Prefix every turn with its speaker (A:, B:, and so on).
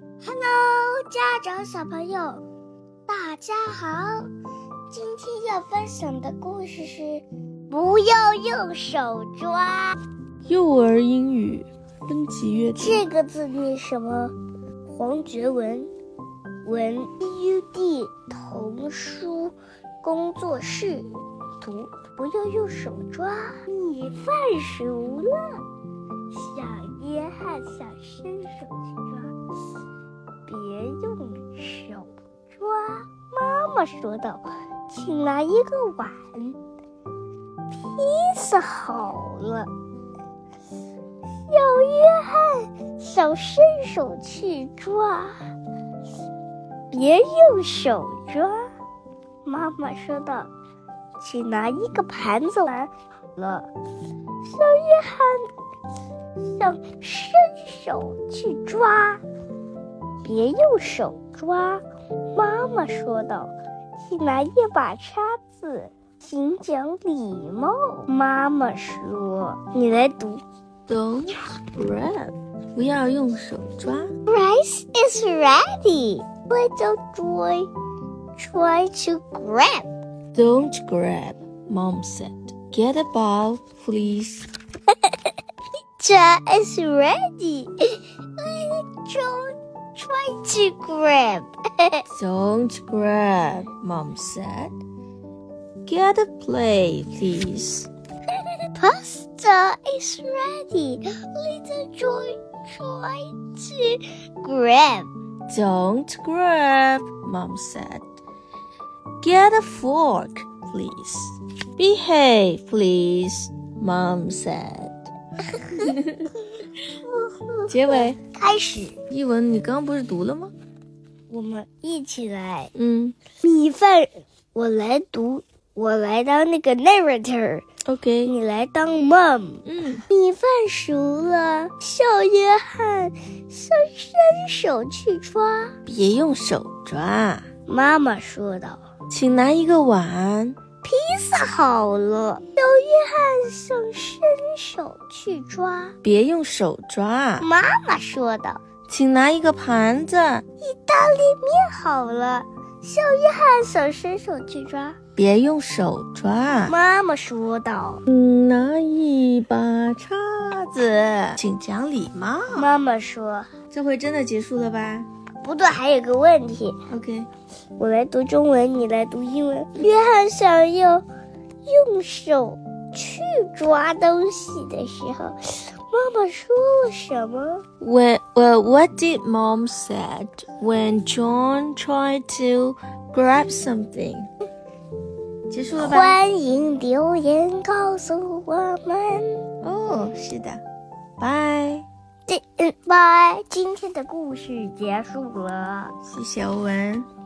A: Hello，家长小朋友，大家好。今天要分享的故事是《不要用手抓》。
B: 幼儿英语分级阅读，
A: 这个字念什么？黄觉文，文 U D 童书工作室图。不要用手抓，你饭熟了。小约翰想伸手去抓，别用手抓。妈妈说道：“请拿一个碗。”披萨好了。小约翰想伸手去抓，别用手抓。妈妈说道：“请拿一个盘子玩了。”小约翰想伸手去抓，别用手抓。妈妈说道：“请拿一把叉子，请讲礼貌。”妈妈说：“你来读。”
B: Don't grab，不要用手抓。
A: Rice is ready. Little Joy try to grab.
B: Don't grab, Mom said. Get a ball, please.
A: Pizza is ready. Little Joy try to grab.
B: Don't grab, Mom said. Get a plate, please.
A: Pasta is ready. Little Joy try to grab.
B: Don't grab, Mom said. Get a fork, please. Behave, please, Mom said. 结尾，
A: 开始，
B: 译文你刚刚不是读了吗？
A: 我们一起来。
B: 嗯
A: 米饭，我来读，我来当那个 narrator，
B: ，OK，
A: 你来当 mom。
B: 嗯，
A: 米饭熟了，小约翰想伸手去抓。
B: 别用手抓，
A: 妈妈说道
B: 请拿一个碗。：“
A: 披萨好了。”小约翰想伸手去抓。
B: 别用手抓，
A: 妈妈说道
B: 请拿一个盘子。：“
A: 意大利面好了。”小约翰想伸手去抓。
B: 别用手抓，
A: 妈妈说道
B: 请拿一把叉子，请讲礼貌。：“
A: 妈妈说，
B: 这回真的结束了吧
A: 不对，还有个问题。”
B: ？OK，
A: 我来读中文，你来读英文。约翰想要用手去抓东西的时候，妈妈说了什么？
B: When, well, what did mom said when John tried to grab something? 结束了吧？
A: 欢迎留言告诉我们。
B: 哦，是的，拜，
A: 拜，今天的故事结束了。
B: 谢谢欧文。